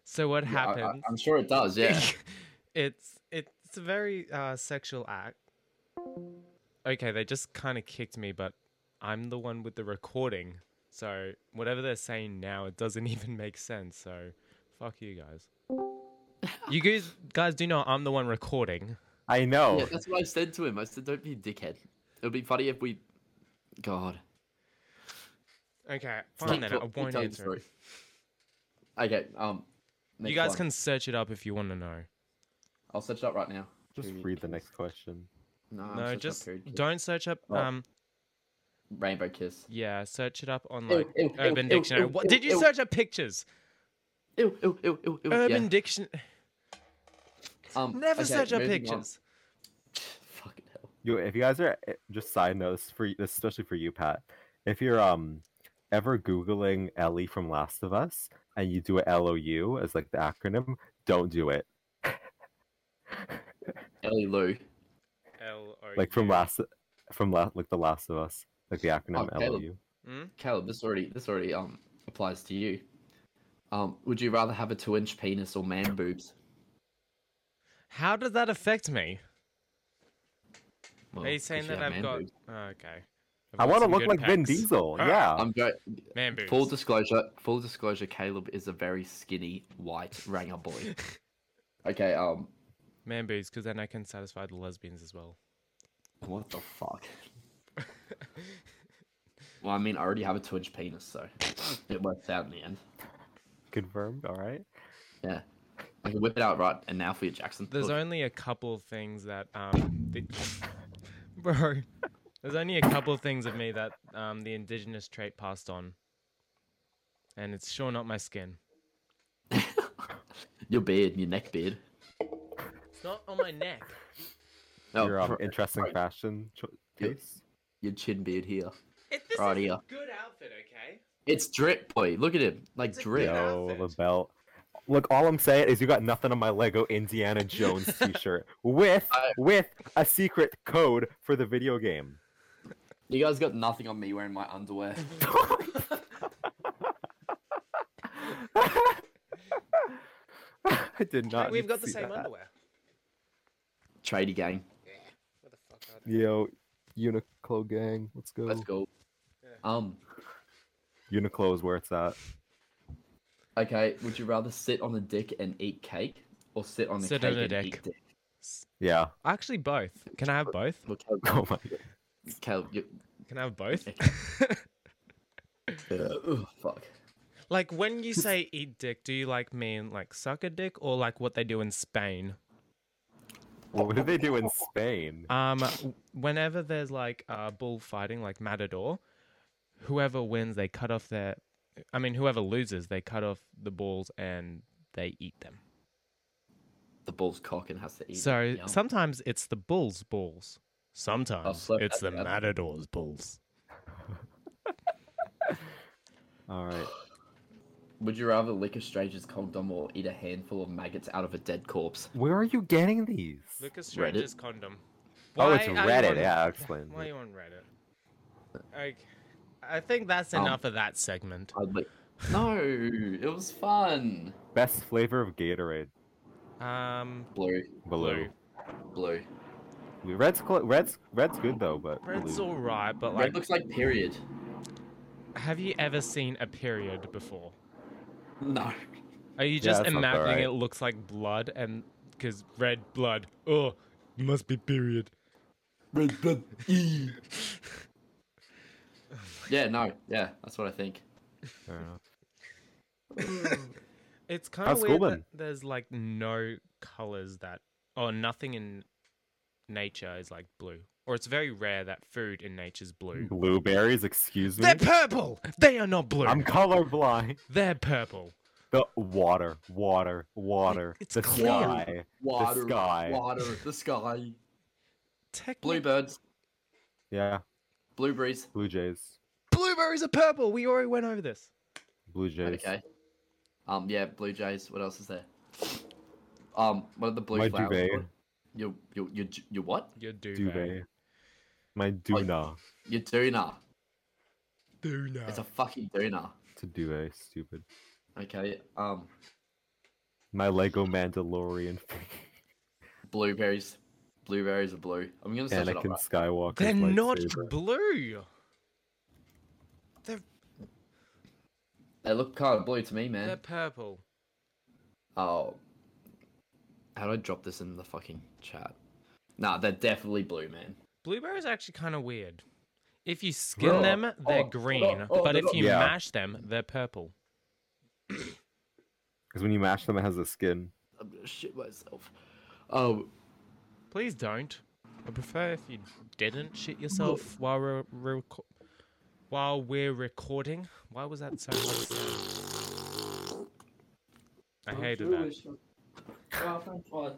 Speaker 2: so what happens?
Speaker 3: I, am sure it does. Yeah.
Speaker 2: it's it's a very uh, sexual act. Okay, they just kind of kicked me, but I'm the one with the recording, so whatever they're saying now, it doesn't even make sense. So, fuck you guys. You guys, guys do know I'm the one recording.
Speaker 1: I know.
Speaker 3: yeah, that's what I said to him. I said, "Don't be a dickhead." It would be funny if we. God.
Speaker 2: Okay, fine then.
Speaker 3: Keep-
Speaker 2: I
Speaker 3: keep
Speaker 2: won't
Speaker 3: telling the
Speaker 2: answer it.
Speaker 3: story. Okay. Um.
Speaker 2: You
Speaker 3: next
Speaker 2: guys
Speaker 3: one.
Speaker 2: can search it up if you want to know.
Speaker 3: I'll search it up right now.
Speaker 1: Just
Speaker 3: Period
Speaker 1: read the
Speaker 3: kiss.
Speaker 1: next question.
Speaker 3: No, I'm
Speaker 2: no,
Speaker 3: searching up
Speaker 2: just
Speaker 3: period kiss.
Speaker 2: don't search up.
Speaker 3: Oh.
Speaker 2: Um,
Speaker 3: Rainbow kiss.
Speaker 2: yeah, search it up on
Speaker 3: Ew,
Speaker 2: like
Speaker 3: ew, ew,
Speaker 2: Urban
Speaker 3: ew,
Speaker 2: Dictionary.
Speaker 3: ew,
Speaker 2: what
Speaker 3: ew,
Speaker 2: did you
Speaker 3: ew.
Speaker 2: search up pictures?
Speaker 3: Ew, ew, ew, ew, ew.
Speaker 2: Urban
Speaker 3: yeah.
Speaker 2: Dictionary.
Speaker 3: um,
Speaker 2: Never
Speaker 3: okay,
Speaker 2: search up
Speaker 3: moving on.
Speaker 2: pictures.
Speaker 3: Fucking hell.
Speaker 1: Yo, if you guys are eh, just side note, this is for y- this is especially for you, Pat. If you're um ever googling Ellie from Last of Us and you do a LOU as like the acronym, don't do it.
Speaker 3: Ellie Lou.
Speaker 2: L O.
Speaker 1: Like from
Speaker 2: U.
Speaker 1: last from last like the Last of Us, like the acronym
Speaker 3: Oh, Caleb.
Speaker 1: LOU.
Speaker 3: Caleb, this already this already um applies to you. Um, would you rather have a two inch penis or man boobs?
Speaker 2: How does that affect me?
Speaker 3: Well,
Speaker 2: Are you
Speaker 3: if
Speaker 2: saying that
Speaker 3: have
Speaker 2: I've
Speaker 3: man
Speaker 2: got?
Speaker 3: boobs.
Speaker 2: Oh, okay. I've
Speaker 1: I
Speaker 2: got
Speaker 1: want to
Speaker 2: some
Speaker 1: look
Speaker 2: good
Speaker 1: like Vin
Speaker 2: pecs.
Speaker 1: Diesel.
Speaker 2: Ah.
Speaker 1: Yeah.
Speaker 3: I'm going.
Speaker 2: Man boobs.
Speaker 3: Full disclosure. Full disclosure. Caleb is a very skinny white ranger boy. okay. Um.
Speaker 2: Man boobs, because then I can satisfy the lesbians as well.
Speaker 3: What the fuck? well, I mean, I already have a two inch penis, so it works out in the end.
Speaker 1: Confirmed. All right.
Speaker 3: Yeah. I can whip it out right and now for you, Jackson.
Speaker 2: There's
Speaker 3: Look,
Speaker 2: only a couple of things that um, the... bro. There's only a couple of things of me that um, the indigenous trait passed on, and it's sure not my skin.
Speaker 3: your beard, your neck beard.
Speaker 2: It's not on my neck.
Speaker 3: No,
Speaker 1: Your um,
Speaker 3: pro-
Speaker 1: interesting
Speaker 3: right,
Speaker 1: fashion cho-
Speaker 3: Yep.
Speaker 1: taste.
Speaker 3: Oh, your chin beard here.
Speaker 2: It, this
Speaker 3: Right
Speaker 2: is
Speaker 3: here.
Speaker 2: a good outfit, okay?
Speaker 3: It's drip, boy. Look at him, like
Speaker 2: It's a
Speaker 3: drip.
Speaker 2: good Yeah.
Speaker 1: Yo, the
Speaker 2: outfit.
Speaker 1: belt. Look, all I'm saying is you got nothing on my Lego Indiana Jones T-shirt with
Speaker 3: I-
Speaker 1: with a secret code for the video game.
Speaker 3: You guys got nothing on me wearing my underwear.
Speaker 1: I did not.
Speaker 2: We've got the
Speaker 1: see
Speaker 2: same
Speaker 1: that.
Speaker 2: underwear.
Speaker 3: Tradie gang.
Speaker 2: What the fuck are they?
Speaker 1: Yo, Uniqlo gang, let's go.
Speaker 3: Let's go.
Speaker 2: Yeah.
Speaker 3: Um.
Speaker 1: Uniqlo is where it's at.
Speaker 3: Okay. Would you rather sit on a dick and eat cake, or sit on a
Speaker 2: Sit
Speaker 3: cake
Speaker 2: on a
Speaker 3: and
Speaker 2: dick.
Speaker 3: eat dick?
Speaker 2: S-
Speaker 1: Yeah.
Speaker 2: Actually, both. Can I have both?
Speaker 3: Well, Caleb,
Speaker 1: Oh my.
Speaker 3: Caleb, you-
Speaker 2: Can I have both?
Speaker 3: ugh, fuck.
Speaker 2: like when you say eat dick, do you like mean like suck a dick or like what they do in Spain?
Speaker 1: What do they do in Spain?
Speaker 2: Um, w- whenever there's like uh, bullfighting, like matador, whoever wins, they cut off their. I mean, whoever loses, they cut off the balls and they eat them.
Speaker 3: The bull's cock and has to eat. it.
Speaker 2: So
Speaker 3: Yum.
Speaker 2: sometimes it's the bull's balls. Sometimes
Speaker 1: Oh,
Speaker 3: slap
Speaker 2: it's the
Speaker 3: that down.
Speaker 2: matador's balls.
Speaker 1: All right.
Speaker 3: Would you rather lick a stranger's condom or eat a handful of maggots out of a dead corpse?
Speaker 1: Where are you getting these?
Speaker 2: Lucas
Speaker 3: Reddit?
Speaker 2: Strange's condom.
Speaker 1: Oh, it's
Speaker 2: Why are you
Speaker 1: Reddit,
Speaker 2: on-
Speaker 1: yeah, I'll explain
Speaker 2: Why are
Speaker 1: it.
Speaker 2: you on Reddit? Like, I think that's
Speaker 1: Oh.
Speaker 3: Um,
Speaker 2: enough of that segment.
Speaker 3: I'd lick. No, it was fun.
Speaker 1: Best flavor of Gatorade.
Speaker 2: Um,
Speaker 3: Blue,
Speaker 1: Blue.
Speaker 3: blue.
Speaker 1: Red's cl- Red's Red's good though, but
Speaker 2: Red's
Speaker 1: blue.
Speaker 2: alright, but
Speaker 3: Red
Speaker 2: like,
Speaker 3: looks like period.
Speaker 2: have you ever seen a period before?
Speaker 3: No.
Speaker 2: Are you just
Speaker 1: that sounds about
Speaker 2: imagining
Speaker 1: right.
Speaker 2: it looks like blood and because red blood? Oh, must be period.
Speaker 3: Red blood. yeah, no. Yeah, that's what I think.
Speaker 1: Fair enough.
Speaker 2: It's kind of
Speaker 1: How's
Speaker 2: weird.
Speaker 1: school
Speaker 2: that
Speaker 1: been?
Speaker 2: there's like no colors that, or nothing in nature is like blue, or it's very rare that food in nature's blue.
Speaker 1: Blueberries, excuse me.
Speaker 2: They're purple. They are not blue.
Speaker 1: I'm colorblind.
Speaker 2: They're purple.
Speaker 1: The water, water, water.
Speaker 2: it's
Speaker 1: the
Speaker 2: clear.
Speaker 1: sky.
Speaker 3: Water,
Speaker 1: sky.
Speaker 3: water, the sky.
Speaker 2: Technically,
Speaker 3: Bluebirds,
Speaker 1: Yeah.
Speaker 3: blueberries.
Speaker 1: Blue Jays.
Speaker 2: blueberries are purple. We already went over this.
Speaker 1: Blue Jays.
Speaker 3: Okay. Um, yeah, blue jays. What else is there? Um, what are the blue
Speaker 1: My
Speaker 3: flowers?
Speaker 1: duvet.
Speaker 3: called? You, you, you, you what?
Speaker 2: Your duvet.
Speaker 1: Duvet. My Duna.
Speaker 3: Your
Speaker 1: Uh.
Speaker 3: doona.
Speaker 2: Duna.
Speaker 3: It's a fucking doona.
Speaker 1: It's a duvet, stupid.
Speaker 3: Okay. Um,
Speaker 1: My Lego Mandalorian
Speaker 3: blueberries. Blueberries are blue. I'm gonna search it up.
Speaker 1: Anakin
Speaker 3: Right?
Speaker 1: Skywalker.
Speaker 2: They're not blue. They're
Speaker 3: They look kind of blue to me, man.
Speaker 2: they're purple.
Speaker 3: Oh, how do I drop this in the fucking chat? Nah, they're definitely blue, man.
Speaker 2: Blueberries are actually kind of weird. If you skin
Speaker 3: Oh,
Speaker 2: them, they're
Speaker 3: oh,
Speaker 2: green,
Speaker 3: oh,
Speaker 2: but
Speaker 3: they're
Speaker 2: if
Speaker 3: not-
Speaker 2: you
Speaker 1: Yeah.
Speaker 2: mash them, they're purple.
Speaker 1: Because when you mash them, it has a skin.
Speaker 3: I'm gonna shit myself. Oh,
Speaker 2: Please don't. I prefer if you didn't shit yourself while we're reco- while we're recording. Why was that so hard to say? I hated that.
Speaker 1: Why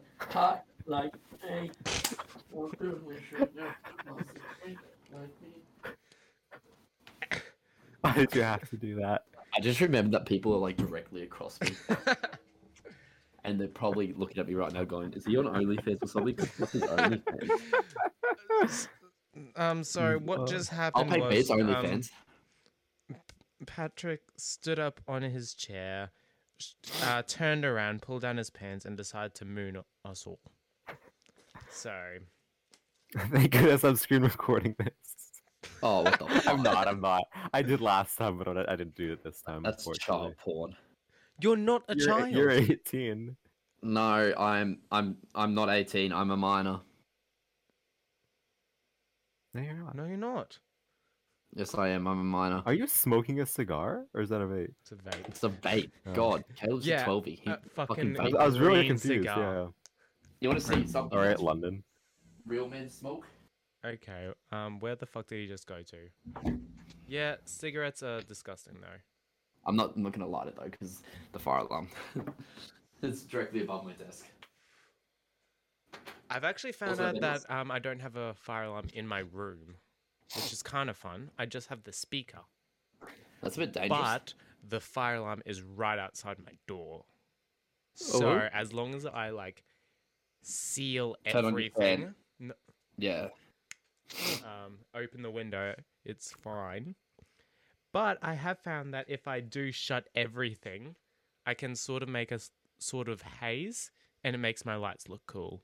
Speaker 1: did you have to do that?
Speaker 3: I just remembered that people are like directly across me. And they're probably looking at me right now, going, "Is he on OnlyFans or something? What's his OnlyFans?
Speaker 2: Um, so what
Speaker 1: uh,
Speaker 2: just
Speaker 3: Hmm, I'll
Speaker 2: happened
Speaker 3: pay for
Speaker 2: was
Speaker 3: his
Speaker 2: um,
Speaker 3: OnlyFans."
Speaker 2: Patrick stood up on his chair, sh- uh, turned around, pulled down his pants, and decided to moon us all. So
Speaker 1: Thank goodness I'm screen recording this.
Speaker 3: Oh, what the fuck?
Speaker 1: I'm not. I'm not. I did last time, but I'm not- I didn't do it this time.
Speaker 3: That's child
Speaker 1: unfortunately.
Speaker 3: porn.
Speaker 2: you're not a
Speaker 1: You're-
Speaker 2: child.
Speaker 1: You're 18.
Speaker 3: No, I'm, I'm, I'm not 18. I'm a minor.
Speaker 1: No, you're not.
Speaker 2: No, you're not.
Speaker 3: Yes, I am. I'm a minor.
Speaker 1: Are you smoking a cigar or is that a vape?
Speaker 2: It's a vape.
Speaker 3: It's a vape.
Speaker 1: Oh.
Speaker 3: God, Caleb's
Speaker 2: Yeah,
Speaker 3: a 12 He,
Speaker 2: Uh, fucking.
Speaker 3: fucking
Speaker 1: I was,
Speaker 3: vape.
Speaker 1: I was really
Speaker 2: green
Speaker 1: confused.
Speaker 2: cigar.
Speaker 3: You want to see something?
Speaker 1: Yeah. All right, London.
Speaker 3: Real men smoke.
Speaker 2: Okay. Um, where the fuck did he just go to? Yeah, cigarettes are disgusting though.
Speaker 3: I'm not. I'm not gonna light it though, because the fire alarm. it's directly above my desk.
Speaker 2: I've actually found
Speaker 3: Also,
Speaker 2: out
Speaker 3: there is-
Speaker 2: that um, I don't have a fire alarm in my room, which is kind of fun. I just have the speaker.
Speaker 3: That's a bit dangerous.
Speaker 2: but the fire alarm is right outside my door. So
Speaker 3: Oh.
Speaker 2: as long as I like seal
Speaker 3: Turn on your fan.
Speaker 2: everything,
Speaker 3: yeah,
Speaker 2: um, open the window, it's fine. But I have found that if I do shut everything, I can sort of make a s- sort of haze, and it makes my lights look cool.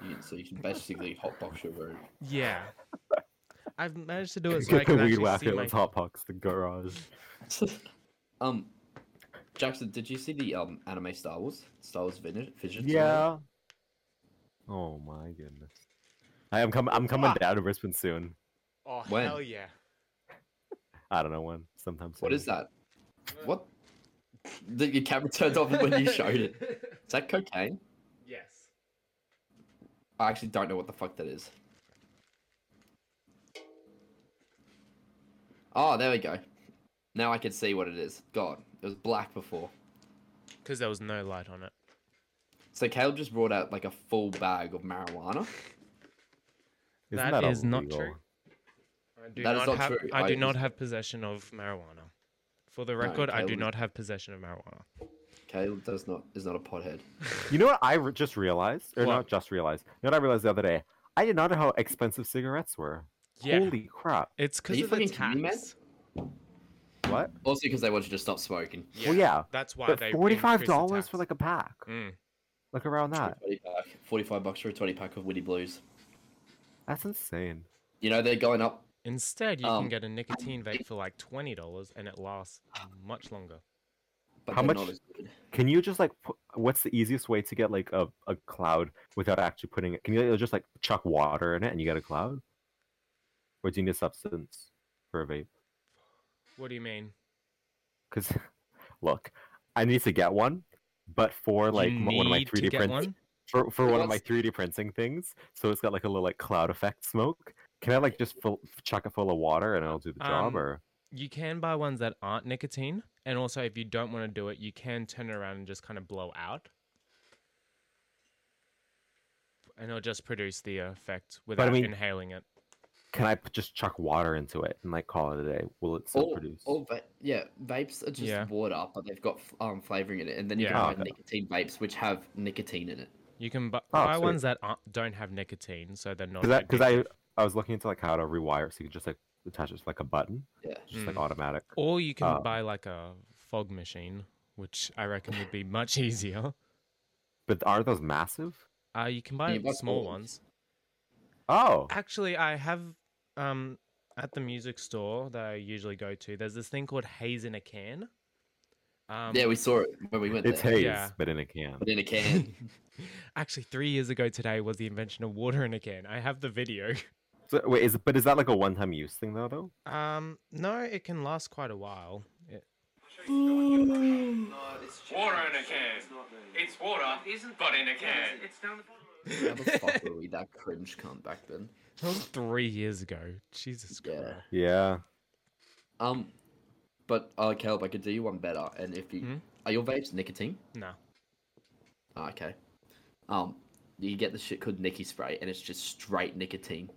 Speaker 3: You, so you can basically hotbox your room.
Speaker 2: Yeah, I've managed to do it so
Speaker 1: Get
Speaker 2: I
Speaker 1: the
Speaker 2: can
Speaker 1: weed
Speaker 2: actually see
Speaker 1: whacker.
Speaker 2: my.
Speaker 1: Let's hotbox the garage.
Speaker 3: um, Jackson, did you see the um anime Star Wars Star Wars Vision? Vision
Speaker 1: Yeah. Oh my goodness. I am coming. I'm
Speaker 3: Ah.
Speaker 1: coming down to Brisbane soon.
Speaker 2: Oh
Speaker 3: When?
Speaker 2: hell yeah!
Speaker 1: I don't know when. Sometime soon.
Speaker 3: What is that? What? The, your camera turned off when you showed it. Is that cocaine?
Speaker 2: Yes.
Speaker 3: I actually don't know what the fuck that is. Oh, there we go. Now I can see what it is. God, it was black before.
Speaker 2: Because there was no light on it.
Speaker 3: So Caleb just brought out like a full bag of marijuana.
Speaker 1: Isn't
Speaker 2: that is not
Speaker 1: illegal?
Speaker 2: true. I do
Speaker 3: That is
Speaker 2: not
Speaker 3: not
Speaker 2: have,
Speaker 3: true.
Speaker 2: I,
Speaker 3: I
Speaker 2: do not
Speaker 3: just-
Speaker 2: have possession of marijuana. For the record, I do
Speaker 3: Caleb-
Speaker 2: not have possession of marijuana.
Speaker 3: Caleb does not is not a pothead.
Speaker 1: You know what I re- just realized, or
Speaker 2: What?
Speaker 1: not just realized. You know what I realized the other day. I did not know how expensive cigarettes were.
Speaker 2: Yeah,
Speaker 1: Holy crap!
Speaker 2: it's because
Speaker 3: you
Speaker 2: of the
Speaker 3: fucking kidding me, man?
Speaker 2: tax.
Speaker 1: What?
Speaker 3: Also because they want you to stop smoking.
Speaker 1: Well, yeah.
Speaker 2: That's why
Speaker 1: But
Speaker 2: they
Speaker 1: forty-five dollars for like a pack,
Speaker 2: Mm.
Speaker 1: like around that.
Speaker 3: 20 pack, Forty-five bucks for a twenty pack of Witty Blues.
Speaker 1: That's insane.
Speaker 3: You know they're going up.
Speaker 2: Instead, you
Speaker 3: Um,
Speaker 2: can get a nicotine vape for like twenty dollars, and it lasts much longer.
Speaker 3: But
Speaker 1: How
Speaker 3: they're
Speaker 1: much-
Speaker 3: Not as good.
Speaker 1: Can you just like, put, what's the easiest way to get like a, a cloud without actually putting it? Can you just like chuck water in it and you get a cloud? Or do you need a substance for a vape?
Speaker 2: What do you mean?
Speaker 1: Because, look, I need to get one, but for like
Speaker 2: you
Speaker 1: m- one of my
Speaker 2: need to
Speaker 1: three D
Speaker 2: get
Speaker 1: prints
Speaker 2: one?
Speaker 1: for, for one of my
Speaker 3: What's-
Speaker 1: three D printing things, so it's got like a little like cloud effect smoke. Can I like just full, chuck it full of water and it'll do the job?
Speaker 2: Um,
Speaker 1: Or
Speaker 2: You can buy ones that aren't nicotine, and also if you don't want to do it, you can turn it around and just kind of blow out, and it'll just produce the effect without
Speaker 1: mean-
Speaker 2: inhaling it.
Speaker 1: can I p- just chuck water into it and like call it a day? Will it still
Speaker 3: All,
Speaker 1: produce?
Speaker 3: all va- yeah, vapes are just
Speaker 2: Yeah.
Speaker 3: water, but they've got f- um flavoring in it, and then you
Speaker 2: Yeah.
Speaker 3: can
Speaker 1: Oh,
Speaker 3: buy
Speaker 1: okay.
Speaker 3: nicotine vapes which have nicotine in it.
Speaker 2: You can bu-
Speaker 1: Oh,
Speaker 2: buy
Speaker 1: sweet.
Speaker 2: ones that aren't, don't have nicotine, so they're not.
Speaker 1: because because I
Speaker 2: addictive.
Speaker 1: I was looking into like how to rewire it so you could just like attach it to like a button,
Speaker 3: Yeah.
Speaker 1: just like
Speaker 2: Mm.
Speaker 1: automatic.
Speaker 2: Or you can
Speaker 1: uh,
Speaker 2: buy like a fog machine, which I reckon would be much easier.
Speaker 1: But aren't those massive?
Speaker 2: Uh, you can
Speaker 3: Yeah,
Speaker 2: buy
Speaker 3: buy
Speaker 2: small
Speaker 3: small
Speaker 2: ones.
Speaker 3: ones.
Speaker 1: Oh,
Speaker 2: Actually, I have um at the music store that I usually go to. There's this thing called haze in a can. Um,
Speaker 3: yeah, we saw it when we went
Speaker 1: it's
Speaker 3: there.
Speaker 1: haze,
Speaker 2: Yeah.
Speaker 1: but in a can.
Speaker 3: But in a can.
Speaker 2: actually, three years ago today was the invention of water in a can. I have the video.
Speaker 1: So wait, is but is that like a one-time use thing though? Though
Speaker 2: Um, no, it can last quite a while. It-
Speaker 4: Water in a can. It's water, but in a can. It's down the bottom.
Speaker 3: How the fuck were we that cringe cunt back then?
Speaker 2: That was three years ago. Jesus
Speaker 3: Yeah.
Speaker 2: Christ.
Speaker 1: yeah,
Speaker 3: Um, but uh, Caleb, I could do you one better, and if you
Speaker 2: Hmm?
Speaker 3: are your vapes nicotine.
Speaker 2: No.
Speaker 3: Ah, okay. Um, you get the shit called Nicky spray, and it's just straight nicotine.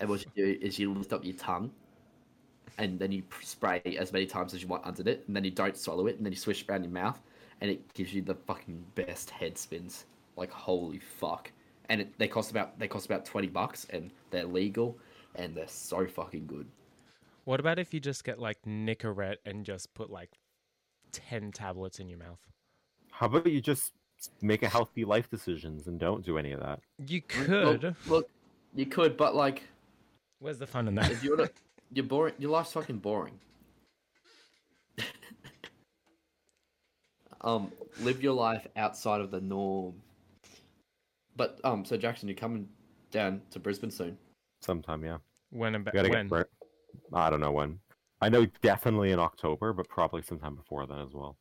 Speaker 3: and what you do is you lift up your tongue, and then you pr- spray as many times as you want under it, and then you don't swallow it, and then you swish it around your mouth, and it gives you the fucking best head spins. Like holy fuck! And it, they cost about they cost about twenty bucks, and they're legal, and they're so fucking good.
Speaker 2: What about if you just get like Nicorette and just put like 10 tablets in your mouth?
Speaker 1: how about you just make a healthy life decisions and don't do any of that?
Speaker 2: You
Speaker 1: Oh.
Speaker 3: Well,
Speaker 2: could.
Speaker 3: look, you could, but like
Speaker 2: Where's the fun in that?
Speaker 3: if you wanna, you're boring. Your life's fucking boring. um, live your life outside of the norm. But um, so Jackson, you're coming down to Brisbane soon.
Speaker 1: Sometime, yeah.
Speaker 2: When about
Speaker 1: I gotta
Speaker 2: when?
Speaker 1: get. Burnt. I don't know when. I know definitely in October, but probably sometime before then as well.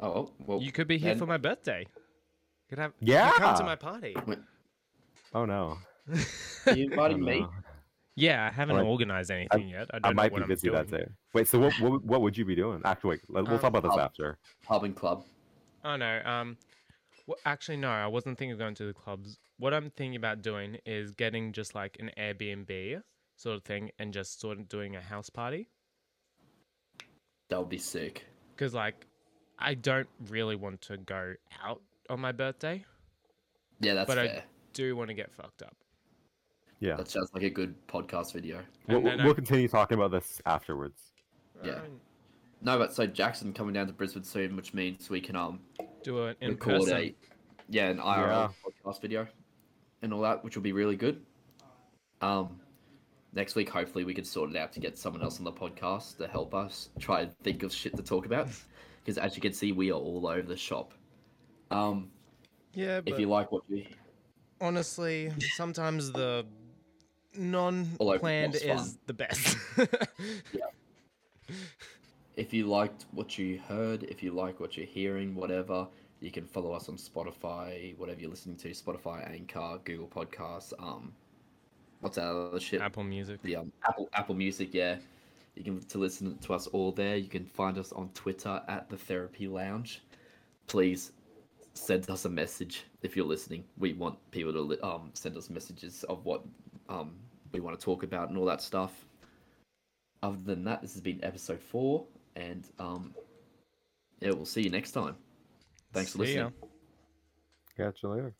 Speaker 3: Oh well,
Speaker 2: You could be here
Speaker 3: then-
Speaker 2: for my birthday. Could have you come to
Speaker 1: Yeah.
Speaker 2: my party.
Speaker 1: Oh no!
Speaker 3: are you
Speaker 1: I
Speaker 3: inviting
Speaker 1: don't
Speaker 3: me?
Speaker 1: know.
Speaker 2: Yeah, I haven't
Speaker 1: Well, I-
Speaker 2: organized anything yet. I, don't
Speaker 1: I
Speaker 2: know
Speaker 1: might
Speaker 2: what
Speaker 1: be
Speaker 2: I'm
Speaker 1: busy
Speaker 2: doing.
Speaker 1: that day. Wait, so what, what what would you be doing? Actually, wait, let- we'll talk
Speaker 2: Um,
Speaker 1: about this
Speaker 3: I'll-
Speaker 1: after.
Speaker 3: Pub and club.
Speaker 2: Oh no. Um, wh- actually, no. I wasn't thinking of going to the clubs. What I'm thinking about doing is getting just like an Airbnb sort of thing and just sort of doing a house party.
Speaker 3: That would be sick.
Speaker 2: Because like, I don't really want to go out on my birthday.
Speaker 3: Yeah, that's
Speaker 2: But I-
Speaker 3: fair.
Speaker 2: Do want to get fucked up.
Speaker 1: Yeah,
Speaker 3: That sounds like a good podcast video.
Speaker 1: we'll,
Speaker 2: and then
Speaker 1: we'll
Speaker 2: I-
Speaker 1: continue talking about this afterwards.
Speaker 3: Yeah.
Speaker 2: Um,
Speaker 3: No, but so Jackson coming down to Brisbane soon, which means we can um
Speaker 2: Do it in
Speaker 3: record
Speaker 2: person.
Speaker 3: a yeah an IRL podcast video and all that, which will be really good. Um, next week hopefully we can sort it out to get someone else on the podcast to help us try and think of shit to talk about because as you can see we are all over the shop. Um,
Speaker 2: Yeah,
Speaker 3: if you like what you
Speaker 2: honestly, sometimes the
Speaker 3: All over the
Speaker 2: non-planned
Speaker 3: place, fine.
Speaker 2: is the best.
Speaker 3: if you liked what you heard, if you like what you're hearing, whatever, you can follow us on Spotify, whatever you're listening to, Spotify, Anchor, Google Podcasts, um, what's that other shit?
Speaker 2: Apple Music.
Speaker 3: the um, Apple Apple Music. Yeah, you can to listen to us all there. You can find us on Twitter at the Therapy Lounge. Please send us a message if you're listening. We want people to li- um send us messages of what um we want to talk about and all that stuff. Other than that, this has been episode four, and um yeah, we'll see you next time. Thanks for
Speaker 2: See ya.
Speaker 3: listening.
Speaker 1: Catch you later.